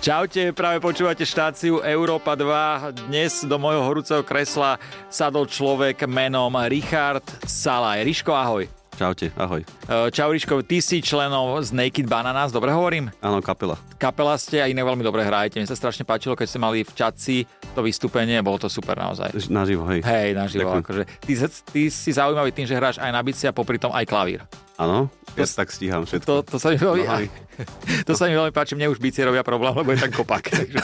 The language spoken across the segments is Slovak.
Čaute, práve počúvate štáciu Európa 2. Dnes do mojho horúceho kresla sadol človek menom Richard Salaj. Riško, ahoj. Čaute, ahoj. E, Čau Riško, ty si členom z Naked Bananas, dobre hovorím? Áno, kapela. Kapela ste a iné veľmi dobre hrajete. Mne sa strašne páčilo, keď ste mali v Čaci to vystúpenie, bolo to super naozaj. Ž- Naživo, hej. Hej, naživo. Ďakujem. Akože. Ty, sa- ty si zaujímavý tým, že hráš aj na bicie a popri tom aj klavír. Áno, ja tak stíham všetko. To, to, sa mi veľmi, Nohami. to sa mi veľmi páči, mne už bicie robia problém, lebo je tak kopak. takže,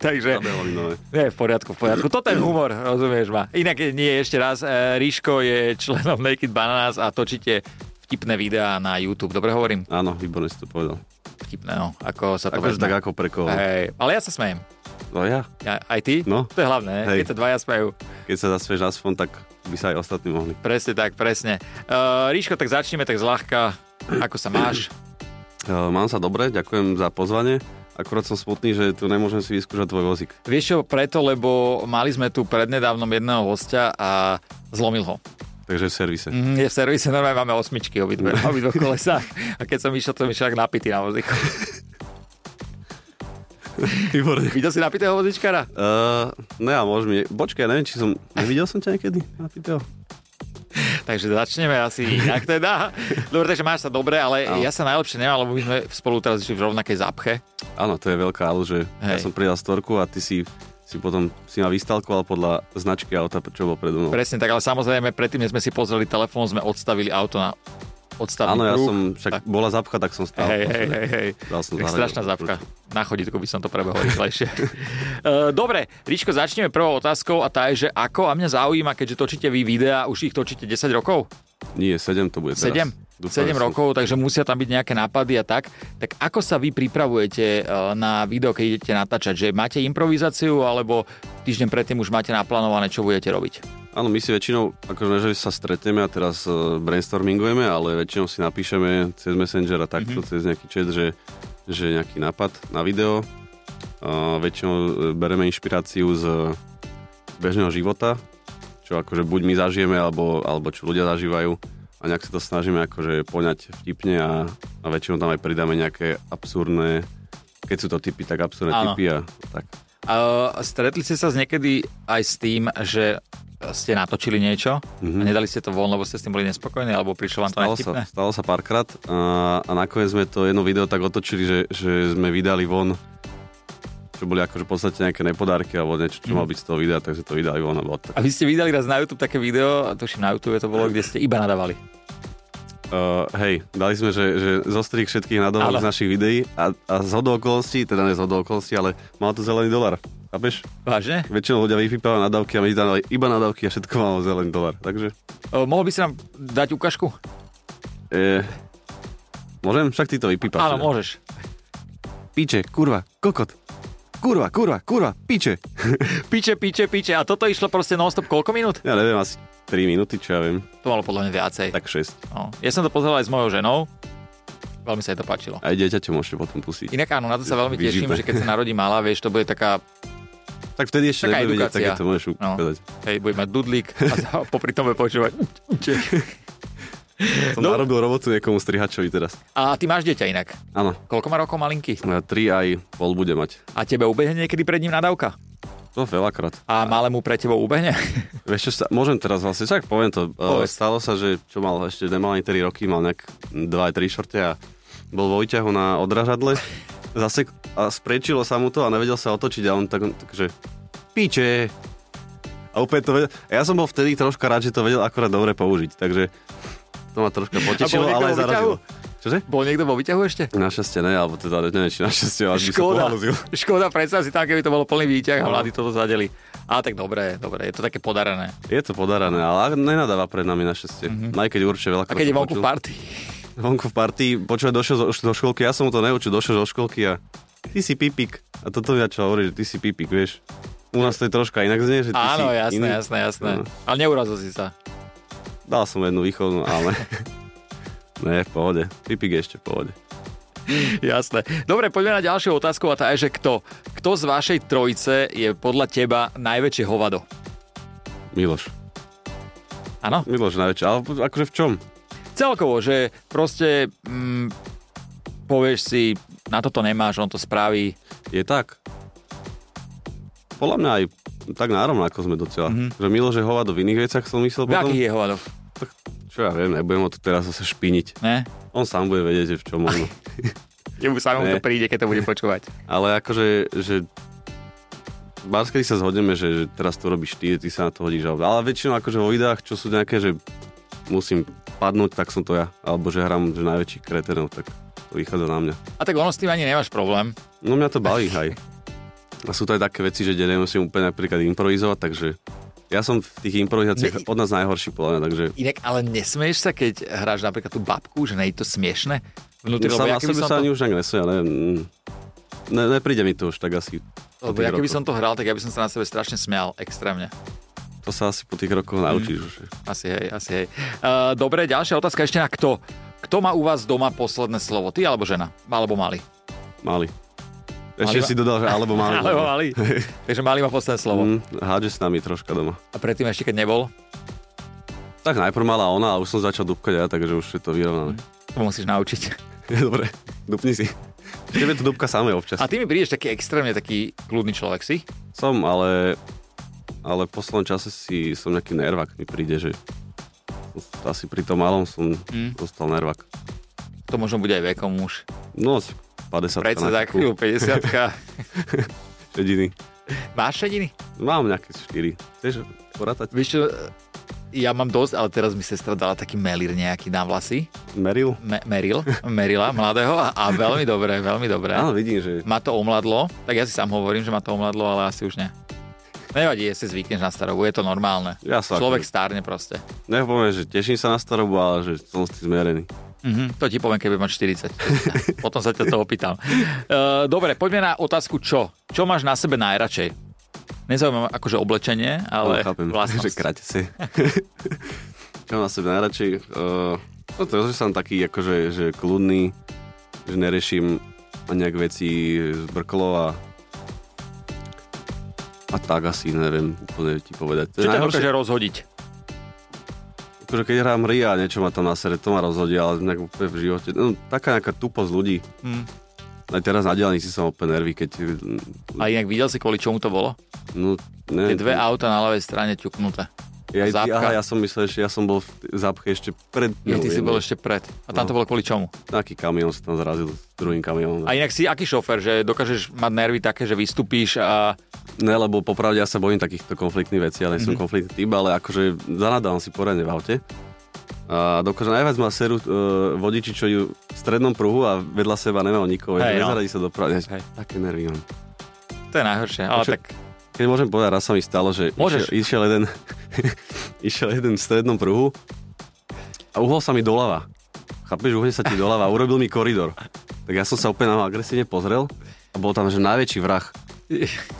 takže Kabelový nové. nie, v poriadku, v poriadku. Toto je humor, rozumieš ma. Inak nie, ešte raz, e, Ríško je členom Naked Bananas a točíte vtipné videá na YouTube. Dobre hovorím? Áno, výborne si to povedal. Vtipné, no. Ako sa to Akože vezme. tak ako pre koho. Hej, ale ja sa smejem. No ja, Ja, aj ty? No. To je hlavné, keď Hej. sa dvaja smejú. keď sa zasvieš aspoň, tak by sa aj ostatní mohli. Presne tak, presne. Uh, Ríško, tak začneme tak zľahka. Ako sa máš? E, mám sa dobre, ďakujem za pozvanie. Akurát som smutný, že tu nemôžem si vyskúšať tvoj vozík. Vieš čo, preto, lebo mali sme tu prednedávnom jedného hostia a zlomil ho. Takže v servise. Mm, Je v servise, normálne máme osmičky obidve, na obidvoch kolesách. A keď som išiel, to mi však napitý na vozíku. Výborne. Videl si napitého vozičkara? Uh, ne, a môžem... Počkaj, ja neviem, či som... Nevidel som ťa niekedy? Napitého? Takže začneme asi inak teda. Dobre, takže máš sa dobre, ale Áno. ja sa najlepšie nemám, lebo my sme spolu teraz išli v rovnakej zápche. Áno, to je veľká ale, že ja Hej. som pridal storku a ty si, si potom si ma vystalkoval podľa značky auta, čo bol predo mnou. Presne tak, ale samozrejme predtým, než sme si pozreli telefón, sme odstavili auto na odstavný Áno, ja kruh. som, však Tak. bola zapcha, tak som stál. Hej, hej, hej, hej. Dal som Tak zahľadil. strašná zápka. Na chodítku by som to prebehol rýchlejšie. E, Dobre, Ríško, začneme prvou otázkou a tá je, že ako a mňa zaujíma, keďže točíte vy videá, už ich točíte 10 rokov? Nie, 7 to bude teraz. 7? 7 Dúfam, že som- rokov, takže musia tam byť nejaké nápady a tak. Tak ako sa vy pripravujete e, na video, keď idete natáčať? Že máte improvizáciu, alebo týždeň predtým už máte naplánované, čo budete robiť? Áno, my si väčšinou, akože ne, že sa stretneme a teraz eh, brainstormingujeme, ale väčšinou si napíšeme cez Messenger a takto, cez nejaký chat, že, že nejaký nápad na video. A väčšinou eh, bereme inšpiráciu z bežného života, čo akože buď my zažijeme, alebo, alebo čo ľudia zažívajú. A nejak sa to snažíme akože poňať vtipne a, a väčšinou tam aj pridáme nejaké absurdné, keď sú to typy, tak absurdné Áno. typy a tak. A stretli ste sa s niekedy aj s tým, že ste natočili niečo mm-hmm. a nedali ste to von, lebo ste s tým boli nespokojní, alebo prišlo vám to Stalo nevtipné? sa, stalo sa párkrát a, a nakoniec sme to jedno video tak otočili, že, že sme vydali von čo boli akože v podstate nejaké nepodárky alebo niečo, Mhm. čo mal byť z toho videa, tak sme to vydali von a bolo tak. A vy ste vydali raz na YouTube také video, a tuším na YouTube to bolo, kde ste iba nadávali. Uh, hej, dali sme, že, že zostrih všetkých nadovolok Áno. z našich videí a, a z hodou okolností, teda ne z hodou okolností, ale mal to zelený dolar. Chápeš? Vážne? Väčšinou ľudia vypípajú nadávky a my tam dali iba nadávky a všetko malo zelený dolar. Takže, O, mohol by si nám dať ukážku? eh, môžem? Však ty to vypípaš. Áno, že? môžeš. Piče, kurva, kokot. Kurva, kurva, kurva, piče. Piče, piče, piče. A toto išlo proste non-stop koľko minút? Ja neviem, asi 3 minúty, čo ja viem, To malo podľa mňa viacej. tak 6. No. Ja som to pozeral aj s mojou ženou. Veľmi sa jej to páčilo. Aj dieťaťu môžete potom pustiť. Inak áno, na to sa veľmi Vyživné. teším, že keď sa narodí malá, vieš, to bude taká, Tak vtedy ešte Taká nebude vidieť, edukácia. tak to môžeš No. ukázať. hej, bude mať dudlík a za- popri tom bude počúvať. Som No. narobil robotu niekomu strihačovi teraz. A ty máš dieťa inak. Áno, Koľko má rokov malinky? 3 aj pol bude mať. A tebe ubehne niekedy pred ním nadávka? To veľakrát. A malému pre tebou ubehne? Vieš čo, sa, môžem teraz vlastne, tak poviem to. Uh, Povedz. stalo sa, že čo mal ešte, nemal ani 3 roky, mal nejak 2 aj 3 šorte a bol vo výťahu na odražadle. Zase a sprečilo sa mu to a nevedel sa otočiť a on tak, takže piče. A úplne to vedel. A Ja som bol vtedy troška rád, že to vedel akorát dobre použiť, takže to ma troška potešilo, niekto ale aj vo výťahu? zarazilo. Čože? Bol niekto vo výťahu ešte? Našťastie ne, alebo teda neviem, či našťastie, ale by som Škoda, pohalúzil. škoda, predstav si tam, keby to bolo plný výťah a No. mladí toto zadeli. Ale tak dobre, dobre, je to také podarené. Je to podarané, ale nenadáva pred nami našťastie. Mm-hmm. Aj keď určite veľa Mhm. A keď je vonku v party. vonku v partii, počúvať, došiel zo, do školky, ja som mu to neučil, došiel zo školky a ty si pipik. A toto mi začal hovoriť, že ty si pipik, vieš. U nás to je troška inak znie, že ty si Áno, jasné, iný. jasné, jasné. No. Ale neurazil si sa. Dal som mu jednu výchovnú, ale... ne, v pohode. Pipik je ešte v pohode. Jasné. Dobre, poďme na ďalšiu otázku a tá je, že kto? Kto z vašej trojice je podľa teba najväčšie hovado? Miloš. Áno? Miloš najväčšie. Ale akože v čom? Celkovo, že proste mm, povieš si, na toto nemáš, on to spraví. Je tak. Podľa mňa aj tak nárovnako sme docela. Mm-hmm. Že Milo, že hova do iných veciach som myslel V potom. akých Mhm. je hovadov? Tak, čo ja viem, nebudem ho tu teraz zase špiniť. Ne? On sám bude vedieť, že v čom možno. Jemu samému Ne. to príde, keď to bude počúvať. Ale akože, že Bars, kedy sa zhodneme, že, že teraz to robíš ty, ty sa na to hodíš. Ale ale väčšinou akože vo videách, čo sú nejaké, že musím padnúť, tak som to ja. Alebo že hrám že najväčší kretenov, tak to vychádza na mňa. A tak ono s tým ani nemáš problém. No mňa to baví aj. A sú to aj také veci, že kde nemusím úplne napríklad improvizovať, takže ja som v tých improvizáciách Ne- od nás najhorší podľa mňa, takže Inak, ale nesmieš sa, keď hráš napríklad tú babku, že nie je to smiešne? Vnútri, No sám lebo ja na keby sebe som to- sa ani už nejak nesmie, ale mm, ne, nepríde mi to už tak asi. po Lebo tých ja keby rokoch. som to hral, tak ja by som sa na sebe strašne smial, extrémne. To sa asi po tých rokoch naučíš už. Asi hej, asi hej. Uh, dobre, ďalšia otázka ešte na kto. Kto má u vás doma posledné slovo? Ty alebo žena? Alebo mali? Mali. Ešte Mali ma- si dodal, že alebo mali. Alebo mali. Takže mali má posledné slovo. Mm, hádže s nami troška doma. A predtým ešte keď nebol, Tak najprv mala ona, ale už som začal dupkať ja, takže už je to vyrovnané. to musíš naučiť. Dobre, dupni si. Tebe to dupka samé občas. A ty mi prídeš taký extrémne taký kľudný človek si. Som, ale, ale v poslednom čase si som nejaký nervák, mi príde, že asi pri tom malom som Mm. dostal nervák. To možno bude aj vekom už. No, 50 Predsa za chvíľu 50 Jediný. Máš šediny? Mám nejaké 4. Chceš porátať? Vieš čo, ja mám dosť, ale teraz mi sestra dala taký melír nejaký na vlasy. Meril? Me- meril, merila mladého a, a veľmi dobré, veľmi dobré. Áno, vidím, že ma to omladlo, tak ja si sám hovorím, že ma to omladlo, ale asi už ne. Nevadí, ja si zvykneš na starobu, je to normálne. Ja sa Človek akože- stárne proste. nepoviem, že teším sa na starobu, ale že som s tým zmerený. Mhm, to ti poviem, keď budem mať 40. Potom sa ťa to opýtam. Uh, dobre, poďme na otázku čo. Čo máš na sebe najradšej? Nezaujímavé akože oblečenie, ale No, chápem, že vlastnosť. kráte si. Čo mám na sebe najradšej? Uh, no to, že som taký akože že kľudný, že neriešim nejak veci z brklov a a tak asi neviem úplne ti Čo ťa povedať. najhoršie, dokáže rozhodiť? akože keď hrám hry a niečo ma tam na sere, to ma rozhodí, ale nejak úplne v živote. No, taká nejaká tuposť ľudí. Mm. Aj teraz na dielni si som úplne nervy, keď... A inak videl si, kvôli čomu to bolo? No, Tie neviem, dve auta na ľavej strane ťuknuté. ja, ty- zápcha. aha, ja som myslel, že ja som bol v t- zápche ešte pred... Ja, ty si ňou bol jednou. ešte pred. A tam No. to bolo kvôli čomu? Taký kamión sa tam zrazil s druhým kamionom. A inak si aký šofer, že dokážeš mať nervy také, že vystúpíš a Ne, lebo popravde ja sa bojím takýchto konfliktných vecí, Mhm. ale mm-hmm. som konfliktný typ, ale akože zanadávam si poriadne v aute. A dokonca najviac má seru e, vodiči, čo ju v strednom pruhu a vedľa seba nemajú nikoho. Hej, Hey, no. Nezaradí sa dopravde. Hej. Hey. Také nervy mám. to je najhoršie. Ale čo- tak Keď môžem povedať, raz sa mi stalo, že Môžeš. išiel, išiel, jeden, išiel jeden v strednom pruhu a uhol sa mi doľava. Chápeš, uhne sa ti doľava a urobil mi koridor. Tak ja som sa opäť na neho agresívne pozrel a bol tam, že najväčší vrah.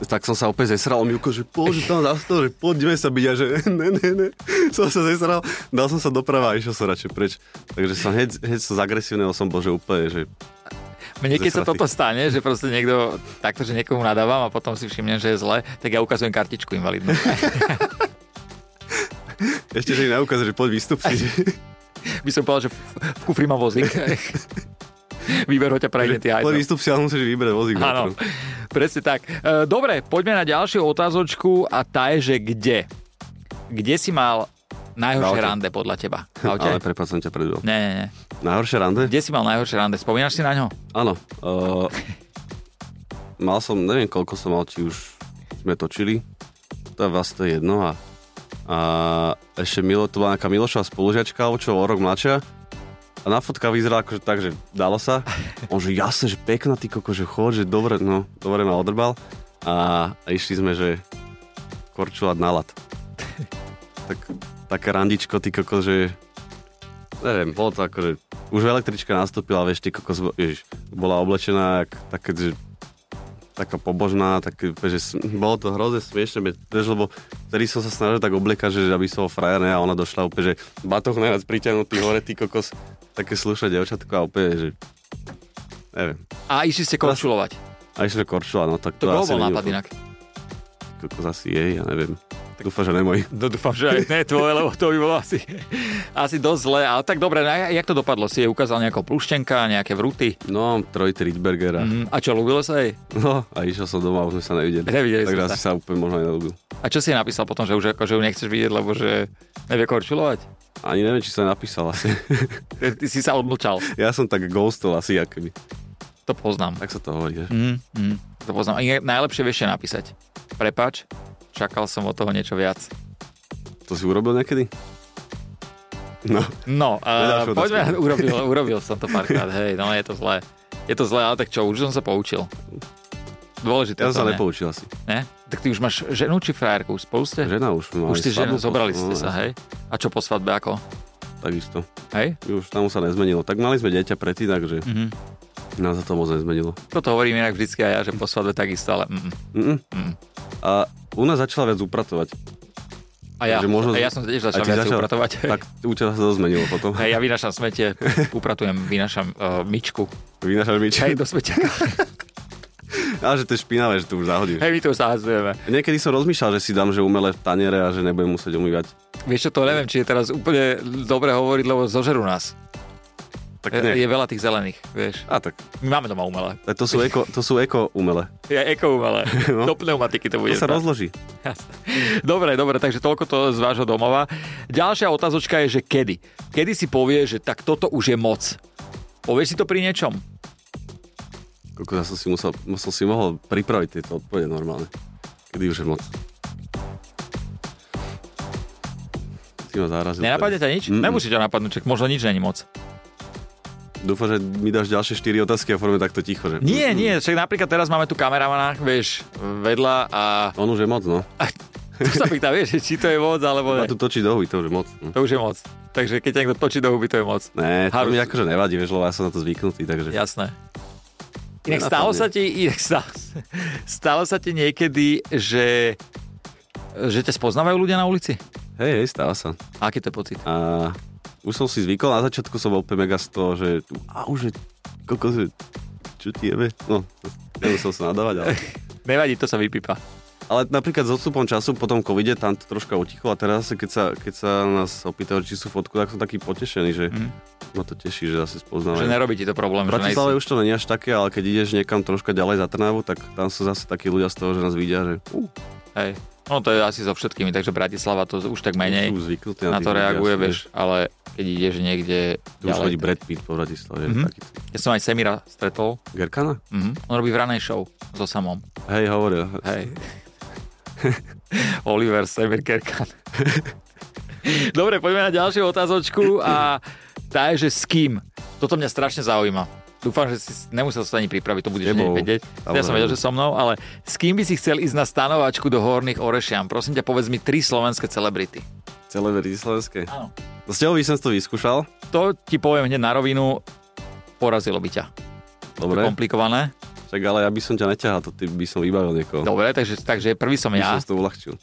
Tak som sa opäť zesral, on mi uko, že bože, tam za to, že poďme sa byť a že ne, ne, ne. Som sa zesral, dal som sa doprava a išiel som radšej preč. Takže som hneď, hneď som z agresívneho som bol, že úplne, že Mne keď sa Zesratý. toto stane, že proste niekto takto, že niekomu nadávam a potom si všimnem, že je zle, tak ja ukazujem kartičku invalidnú. ešte, že mi naukázal, že poď výstup si. By som povedal, že v- v kufri mám vozík. Výber ho ťa prejde ty aj. Poď výstup si, ale musíš vybrať vozík. Áno, presne tak. E, Dobre, poďme na ďalšiu otázočku a tá je, že kde? Kde si mal najhoršie V aute. rande podľa teba? V aute? Ale prepáč, som ťa predbehol. Nie, nie, nie. Najhoršie rande? Kde si mal najhoršie rande? Spomínaš si na ňo? Áno. Uh, mal som, neviem koľko som mal, či už sme točili. To je vás to je jedno a, a ešte Milo, to bola nejaká Milošová spolužiačka, alebo čo, o rok mladšia. A na fotka vyzerala akože tak, že dalo sa. On že jasne, že pekná ty koko, že chod, že dobre, no, dobre ma odrbal. A, a išli sme, že korčulať na lat. tak, také randičko, ty koko, že neviem, bolo to akože, už električka nastúpila, vieš, ty kokos, bo- ježiš, bola oblečená, jak, také, že, taká pobožná, také, že sm- bolo to hrozne smiešne, be- vieš, lebo vtedy som sa snažil tak obliekať, že, že aby som ho frajer, ne, a ona došla úplne, že batoh najviac priťahnutý hore, ty kokos, také slušné devčatko a úplne, že, neviem. A išli ste korčulovať. A išli korčula, no tak To to, bol asi bol není nápad úplne- inak. Kokos asi jej, ja neviem. Dúfam, že nemoj. No dúfam, že aj ne tvoje, lebo to by bolo asi, asi dosť zlé. Ale tak dobre, no, a jak to dopadlo? Si jej ukázal nejakého pluštenka, nejaké vruty? No, trojity Rydbergera. Mm, a čo, ľúbilo sa jej? No, a išiel som doma, už sme sa nevideli. Nevideli tak sme asi sa úplne možno aj nelúbil. A čo si jej napísal potom, že už ako, že ju nechceš vidieť, lebo že nevie korčulovať? Ani neviem, či sa napísal asi. E, Ty si sa odmlčal, ja som tak ghostol asi, akoby. to poznám. Tak sa to hovorí, že? Mm, mm, to poznám. A inak najlepšie vieš čo napísať. Prepač, čakal som od toho niečo viac. To si urobil niekedy? No, No, uh, Ďalšiu otázku. poďme, urobil, urobil som to párkrát, hej, no je to zlé. Je to zlé, ale tak čo, už som sa poučil. Dôležité ja to som sa nie, nepoučil asi. Ne? Tak ty už máš ženu či frajerku? Už Spolu ste? Žena už. už mali ste ženu, svadbu, zobrali no, ste sa, ja- hej? A čo po svadbe, ako? Takisto. Hej? Už tam sa nezmenilo. Tak mali sme dieťa predtým, takže Mhm. nás sa to moc nezmenilo. Toto hovorím inak vždycky aj ja, že po svadbe takisto, ale mm. Mm-mm. Mm. A u nás začala viac upratovať. A ja, Takže možno- a ja som tiež začal a ty viac začal- upratovať. Tak u teba sa to zmenilo potom. Hej, ja vynašam smete, upratujem, vynašam uh, myčku. Vynášaš mi čaj. Hej, do smete. Ale že to je špinavé, že to už zahodíš. Hej, my tu sa hazujeme. Niekedy som rozmýšľal, že si dám že umelé taniere a že nebudem musieť umývať. Vieš čo, to neviem, či je teraz úplne dobre hovoriť, lebo zožerú nás. E, Tak Je, nie. je veľa tých zelených, vieš. A tak. My máme doma umelé. Tak To sú eko, to sú eko umelé. Ja eko umelé. No. Do pneumatiky to To bude. sa rozloží. Jasné. Dobre, dobre, takže toľko to z vášho domova. Ďalšia otázočka je, že kedy? Kedy si povie, že tak toto už je moc? Povieš si to pri niečom? Koľko ja som si musel, musel si mohol pripraviť tieto odpovede normálne. Kedy už je moc. Ty ma zarazil. Nenapadne ťa nič? Mm-mm. Nemusí ťa napadnúť, čak možno nič není moc. Dúfam, že mi dáš ďalšie 4 otázky a forme takto ticho. Že... Nie, nie, však napríklad teraz máme tu kameramana, vieš, vedľa a On už je moc, no. tu sa pýta, vieš, že či to je moc, alebo A ne. tu točí do huby, No to už je moc. No. To už je moc. Takže keď ťa niekto točí do huby, to je moc. Ne, to Harus- mi akože nevadí, vieš, lebo ja som na to zvyknutý, takže... Jasné. Inak Nenapadne. stalo sa ti, inak stalo, stalo sa ti niekedy, že, že ťa spoznávajú ľudia na ulici? Hej, hej, stáva sa. A aký to je pocit? A už som si zvykol, na začiatku som bol úplne mega z toho, že a už je, koľko že, čo ti jebe? No, nemusel som nadávať, ale... Nevadí, to sa vypípa. Ale napríklad s odstupom času po tom covide tam to troška utichlo a teraz, keď sa, keď sa nás opýtajú, či sú fotku, tak som taký potešený, že Mm. ma to teší, že zase Že spoznávajú. nerobí ti to problém. Že V Bratislave nejsi- už to není až také, ale keď ideš niekam troška ďalej za Trnavu, tak tam sú zase takí ľudia z toho, že nás vidia, že uh, Hej. No to je asi so všetkými, takže Bratislava to už tak menej sú zvyknutí na tých to ľudí, reaguje, asi, vieš, ale keď ideš niekde Tu už chodí ďalej. Brad Pitt po Bratislave, Mhm. mm-hmm. taký Ja som aj Semira stretol. Gerkana? Mhm. On robí v ranej show so samom. Hej, hovoril. Hej. Oliver Semir Kerkan. Dobre, poďme na ďalšiu otázočku a tá je, že s kým. Toto mňa strašne zaujíma. Dúfam, že si nemusel sa ani pripraviť, to budeš Tebou. hneď vedieť. Ja som Samozrejme. vedel, že so mnou, ale s kým by si chcel ísť na stanovačku do Horných Orešian? Prosím ťa, povedz mi tri slovenské celebrity. Celé Bratislavské. Áno. S ňou by som to vyskúšal. To ti poviem hneď na rovinu, porazilo by ťa. To je Dobre. komplikované. Však ale ja by som ťa neťahal, to ty by som vybavil niekoho. Dobre, takže, takže prvý som By ja. som si to uľahčil.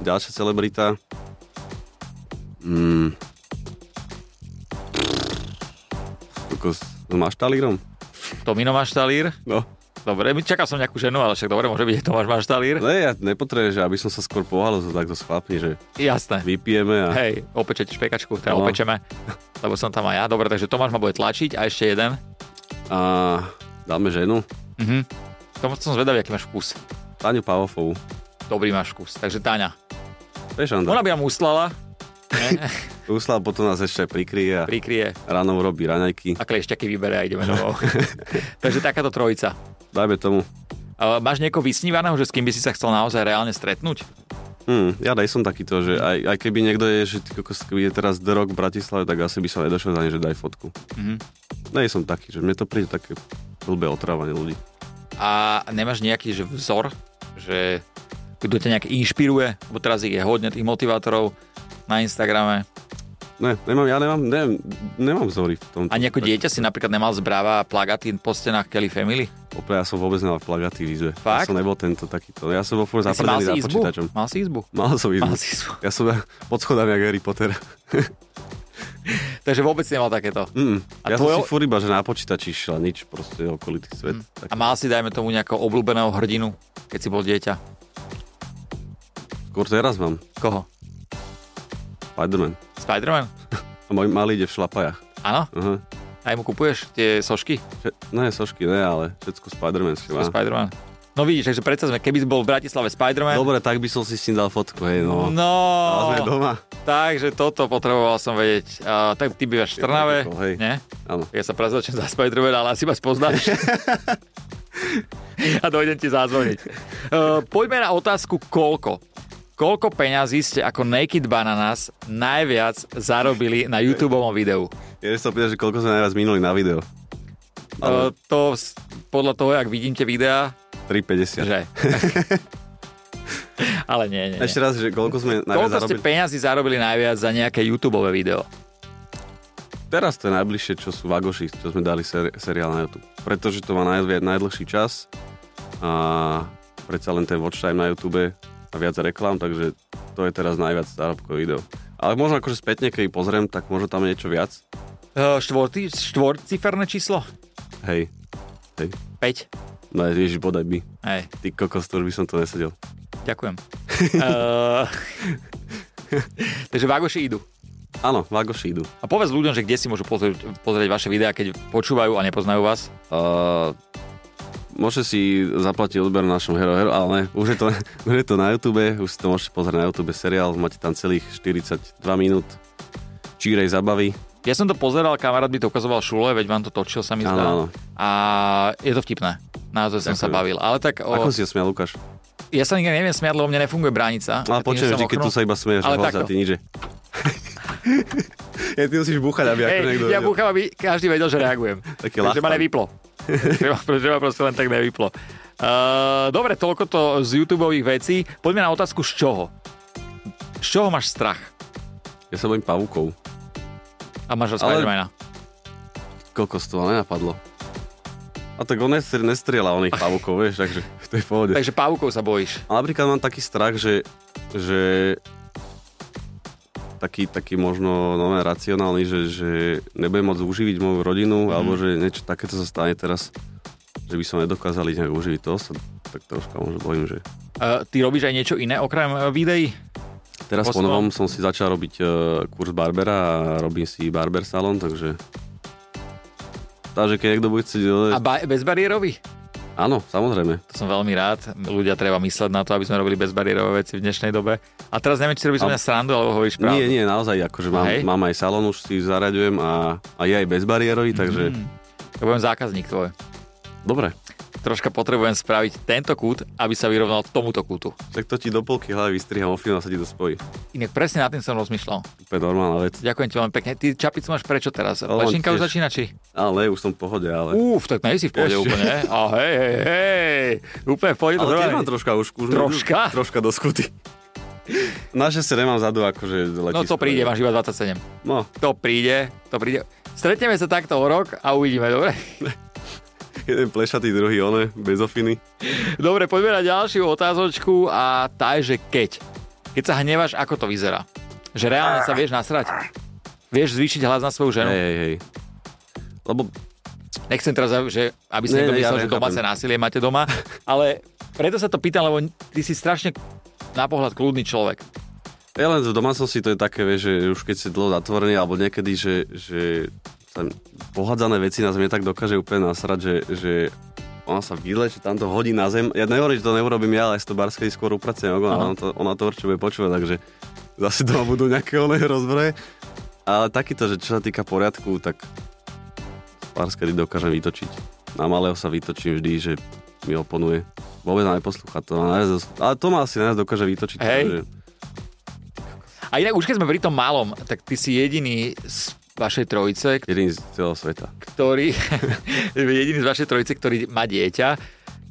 Ďalšia celebrita. Mm. Kokos, no máš talírom? Tomino Maštalír. No. Dobre, my- čakal som nejakú ženu, ale však dobre, môže byť aj Tomáš Maštalír. Ne, No ja nepotrebujem, že aby som sa skôr pohalo so takto s chlapmi, že Jasné. vypijeme a... Hej, opečete špekačku, teda No. opečeme, lebo som tam aj ja. Dobre, takže Tomáš ma bude tlačiť a ešte jeden. a dáme ženu. Mhm. Tomáš, som zvedavý, aký máš vkus. Táňu Pavofovú. Dobrý máš vkus. Takže Táňa. To je šanda. Ona by nám uslala, ne? Uslal potom nás ešte prikryje a prikrie ráno urobí raňajky. a kliešťaky vybere a ideme domov. takže takáto trojica. Dajme tomu. A máš niekoho vysnívaného, že s kým by si sa chcel naozaj reálne stretnúť? Hmm, ja daj som takýto, že aj, aj keby niekto je, že ty kokos, keby je teraz The Rock v Bratislave, tak asi by som nedošiel za ne, že daj fotku. Mhm. Nej som taký, že mne to príde také blbé otrávanie ľudí. A nemáš nejaký že vzor, že kto ťa nejak inšpiruje, bo teraz ich je hodne tých motivátorov na Instagrame. Ne, nemám, ja nemám, neviem, nemám vzory v tomto. Ani ako dieťa si napríklad nemal zbráva a plagáty po stenách Kelly Family? Opäť ja som vôbec nemal plagaty výzve. Fakt? Ja som nebol tento takýto. Ja som bol furt Ty si mal zapredený si za izbu? počítačom. Mal si izbu? Mal som Mal výzvu. si izbu. Ja som pod schodami jak Harry Potter. Takže vôbec si nemal takéto. Mm. A Ja tvojo- som si furt iba, že na počítači šla nič, proste okolitý svet. Mm. Tak A mal si, dajme tomu, nejakého obľúbeného hrdinu, keď si bol dieťa. Skôr teraz mám. Koho? Spider-Man. Spider-Man? A môj malý ide v šlapajach. Áno? Aha. Aj mu kupuješ tie sošky? Že- Ne, no sošky ne, ale všetko Spider-Man si má. Spider-Man. No vidíš, takže predsa sme, keby bol v Bratislave Spider-Man, Dobre, tak by som si s ním dal fotku, hej, no. No, Ale sme doma. takže toto potreboval som vedieť. Uh, tak ty bývaš v Trnave, Ty hej. nie? Áno. Ja sa prezvačím za Spider-Man, ale asi ma spoznáš. A dojdem ti zázvoniť. Uh, poďme na otázku koľko. Koľko peňazí ste ako Naked Bananas najviac zarobili na YouTube videu? Ja sa pýtať, že koľko sme najviac minuli na video. Uh, Ale to s- podľa toho, jak vidím tie videá, 3,50. že... ale nie, nie, nie. Ešte raz, že koľko sme najviac Koľko ste zarobili. peňazí zarobili najviac za nejaké YouTube video? Teraz to je najbližšie, čo sú Vagoši, čo sme dali seri- seriál na YouTube. Pretože to má najvi- najdlhší čas a predsa len ten watch time na YouTube a viac reklám, takže to je teraz najviac zárobkové video. Ale možno akože spätne, keď pozriem, tak možno tam je niečo viac. Uh, štvorty, štvorciferné číslo? Hej, hej. 5. No ježiš, bodaj by. Hej, Ty kokos, to už by som to nesedel. ďakujem. uh, takže Vagoši idú. Áno, Vagoši idú. A povedz ľuďom, že kde si môžu pozrieť, pozrieť vaše videá, keď počúvajú a nepoznajú vás. Uh, môžete si zaplatiť odber na našom Hero Hero, ale už je, to, už je to na YouTube, už si to môžete pozrieť na YouTube seriál, máte tam celých 42 minút čírej zabavy. Ja som to pozeral, kamarát by to ukazoval Šule, veď vám to točil, sa mi Áno, zdá. áno. A je to vtipné. Naozaj som sa Ďakujem. bavil. Ale tak Ako o, si ho smial, Lukáš? ja sa nikdy neviem smiať, lebo mne nefunguje bránica. Ale A tým, že počujem, som že keď tu ochrnul- sa iba smeješ, Ale ale takto. takto. ty nič. že- ja, ty musíš búchať, aby ako Hej, niekto... ja vedel. búcham, aby každý vedel, že reagujem. Taký Takže ma lachtan. nevyplo. že, ma, že ma proste len tak nevyplo. Uh, dobre, toľko to z YouTubeových vecí. Poďme na otázku, z čoho? Z čoho máš strach? ja sa bojím pavúkov. A máš Ale- Spidermana. Koľko z toho nenapadlo? A tak on nestr- nestrieľa oných pavúkov, vieš, takže to je v pohode. Takže pavúkov sa bojíš. A napríklad mám taký strach, že, že taký, taký možno nové racionálny, že, že nebudem môcť uživiť moju Mhm. rodinu, mm. alebo že niečo takéto sa stane teraz, že by som nedokázal ísť nejak uživiť. To sa tak troška možno bojím, že... Uh, ty robíš aj niečo iné okrem eh, videí? Teraz po Poslal- novom som si začal robiť uh, kurz barbera a robím si barber salon, takže... Takže keď niekto bude chcieť... A ale- ba- bezbariérový? Áno, samozrejme. To som veľmi rád. Ľudia treba mysleť na to, aby sme robili bezbariérové veci v dnešnej dobe. A teraz neviem, či robíš a... A- srandu, alebo hovoríš pravdu. Nie, nie, naozaj, akože mám, Hej. mám aj salon, už si zaraďujem a, a je aj bezbariérový, takže... Mhm. Mm. Ja budem zákazník tvoj. Dobre. Troška potrebujem spraviť tento kút, aby sa vyrovnal tomuto kútu. Tak to ti do polky hlavy vystriham ofinu a sa ti to spojí. Inak presne nad tým som rozmýšľal. Úplne normálna vec. Ďakujem ti veľmi pekne. Ty čapicu máš prečo teraz? Ale on Lešinka už tiež. začína, či? Ale už som v pohode, ale... Uf, tak nejsi v pohode Ešte. úplne. A hej, hej, hej. Úplne v pohode. ale tiež zrovna- mám troška už... už Troška? Troška do skuty. Naše sa nemám zadu, akože letí. No to príde, máš iba 27. No, To príde, to príde. Stretneme sa takto o rok a uvidíme, dobre? jeden plešatý, druhý one, bez ofiny. Dobre, poďme na ďalšiu otázočku a tá je, že keď. Keď sa hneváš, ako to vyzerá? Že reálne sa vieš nasrať? Vieš zvýšiť hlas na svoju ženu? Hej, hej, hej. Lebo Nechcem teraz, že, aby si Ne, niekto ne, ja myslel, že nechápem. domáce násilie máte doma, ale preto sa to pýtam, lebo ty si strašne na pohľad kľudný človek. ja len v domácnosti to je také, vieš, že už keď si dlho zatvorený, alebo niekedy, že, že tam pohádzané veci na zemi tak dokáže úplne nasrať, že, že ona sa vyleče, tam to hodí na zem. Ja nehovorím, že to neurobím ja, ale si to barskej skôr upracujem ogon, Aha. ona to, ona to určite bude počúvať, takže zase doma budú nejaké oné rozbroje. Ale takýto, že čo sa týka poriadku, tak barskedy dokážem vytočiť. Na malého sa vytočím vždy, že mi oponuje. Vôbec ma neposlúcha to. ma najviac- Ale to ma asi najviac dokáže vytočiť. Hej. takže- A inak už keď sme pri tom malom, tak ty si jediný z vašej trojice, Jediný z celého sveta. ktorý, jediný z vašej trojice, ktorý má dieťa,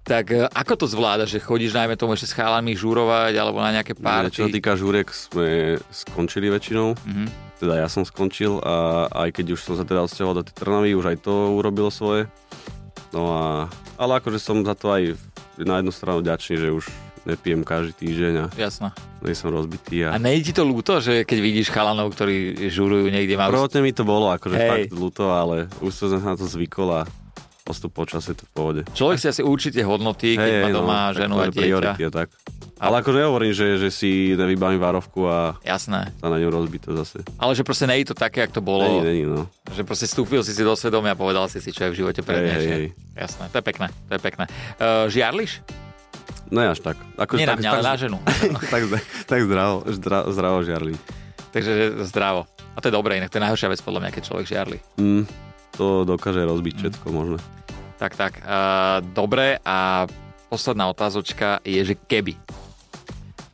tak e, ako to zvláda, že chodíš najmä tomu ešte s chálami žúrovať alebo na nejaké Čo sa párty? týka žúriek, sme skončili väčšinou. Mhm. Teda ja som skončil a aj keď už som sa teda odsťahoval do tej Trnavy, už aj to urobilo svoje. No a... Ale akože som za to aj na jednu stranu ďačný, že už nepijem každý týždeň a Jasno. nie som rozbitý. A A... nejde ti to ľúto, že keď vidíš chalanov, ktorí žurujú niekde má... Prvotne mi to bolo akože Hej. Hej. fakt ľúto, ale už som sa na to zvykol a postup počas je to v pohode. no, Človek si asi určite hodnotí, keď má doma tak ženu to a je dieťa. priority a tak. A Ale ako nehovorím, že, že si nevybavím várovku a Jasné. sa na ňu rozbito zase. Ale že proste nie je to také, jak to Není, bolo. není, no. Že proste vstúpil si si do svedomia a povedal si si, čo je v živote pre Hej, dnešok. hej, hej. Jasné, to je pekné, to je pekné. Uh, žiarliš? Ne No až tak. Ako, Nie na tak, mňa, tak, ale na ženu. tak, zda- tak zdravo, zdra, zdravo žiarlím. Takže že zdravo. A to je dobré, inak to je najhoršia vec podľa mňa, keď človek žiarli. Mm, to dokáže rozbiť všetko možné. Tak, tak. Uh, dobre a posledná otázočka je, že keby.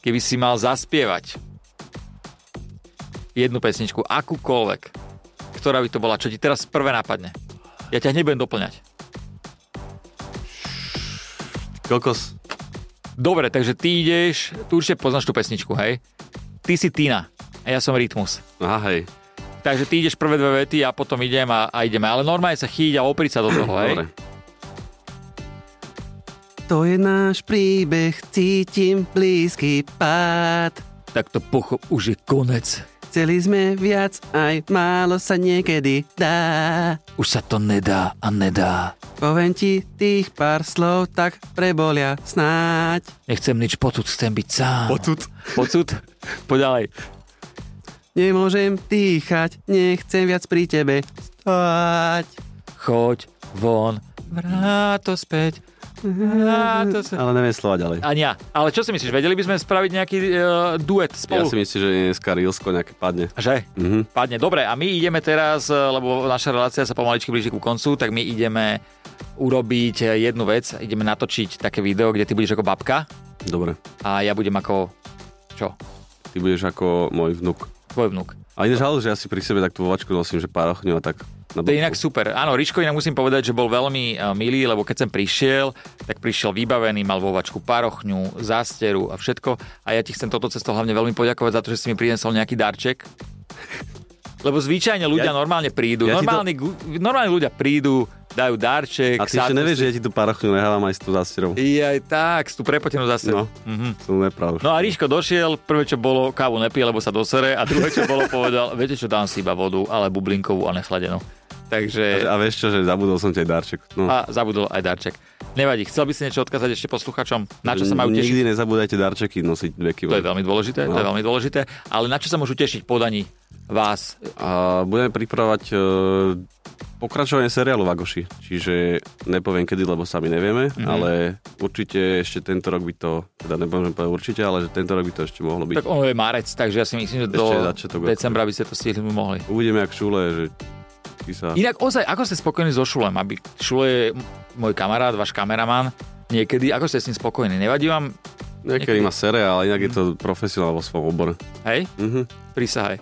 Keby si mal zaspievať jednu pesničku, akúkoľvek, ktorá by to bola, čo ti teraz prvé napadne. Ja ťa nebudem doplňať. Kokos. Dobre, takže ty ideš, tu určite poznáš tú pesničku, hej? Ty si Tina a ja som Rytmus. Aha, hej. Takže ty ideš prvé dve vety, ja potom idem a, a ideme. Ale normálne sa chýť a opriť sa do toho, hej? Dobre. To je náš príbeh, cítim blízky pád. Tak to pochop, už je konec. Chceli sme viac, aj málo sa niekedy dá. Už sa to nedá a nedá. Poviem ti tých pár slov, tak prebolia snáď. Nechcem nič počuť, chcem byť sám. Pocud. Pocud? Poďalej. Nemôžem dýchať, nechcem viac pri tebe stať. Choď von, vráto späť, vráto späť. Ale neviem slova ďalej. Ani ja. Ale čo si myslíš, vedeli by sme spraviť nejaký uh, duet Ja spolu? si myslím, že dneska Rilsko nejaké padne. Že? Mhm. Padne. Dobre, a my ideme teraz, eh, lebo naša relácia sa pomaličky blíži ku koncu, tak my ideme urobiť eh, jednu vec. Ideme natočiť také video, kde ty budeš ako babka Dobre. a ja budem ako... Čo? Ty budeš ako môj vnuk. Tvoj vnúk. A ináč ale, že ja si pri sebe tak tú vovačku nosím, že pár ochňov a tak. Na To je boku. inak super. Áno, Ričko inak musím povedať, že bol veľmi eh, milý, lebo keď sem prišiel, tak prišiel vybavený, mal vovačku parochňu, zásteru a všetko. A ja ti chcem toto cestou hlavne veľmi poďakovať za to, že si mi prinesol nejaký darček. Lebo zvyčajne ľudia Ja- normálne prídu. ja ti to- normálni, gu- normálni ľudia prídu, dajú darček. A ty ešte sadnú nevieš, si- že ja ti tú parochňu nechávam aj s tú zastierou. Jaj, tak, s tú prepotenú zase. No. Mhm. Som nepravdu. No a Ríško došiel, prvé čo bolo, kávu nepije, lebo sa dosere a druhé čo bolo, povedal, viete čo, dám si iba vodu, ale bublinkovú a nechladenú. Takže A vieš čo, že zabudol som ti aj darček. No. a zabudol aj darček. Nevadí, chcel by si niečo odkázať ešte posluchačom, na čo sa majú tešiť? Nikdy nezabúdajte darčeky nosiť veky. To je veľmi dôležité, to je No. veľmi dôležité, ale na čo sa môžu tešiť podaní vás? A budeme pripravať e, pokračovanie seriálu Vagoši. Čiže nepoviem kedy, lebo sami nevieme, Mhm. mm-hmm. ale určite ešte tento rok by to, teda nepoviem povedať určite, ale že tento rok by to ešte mohlo byť. Tak ono je marec, takže ja si myslím, že Ešte do je začiatok roku. decembra by ste to stihli mohli. Uvidíme, ak šule, že či sa... Inak ozaj, ako ste spokojní so Šulem? Aby Šule je m- môj kamarát, váš kameraman, niekedy, ako ste s ním spokojní? Nevadí vám? Niekedy má seriál, ale inak je to profesionál vo svojom obore. Hej, Mhm, prisahaj.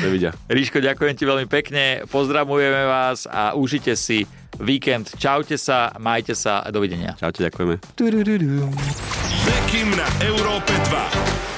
nevidia. Ríško, ďakujem ti veľmi pekne, pozdravujeme vás a užite si víkend. Čaute sa, majte sa a dovidenia. Čaute, ďakujeme. Bekim na Európe 2.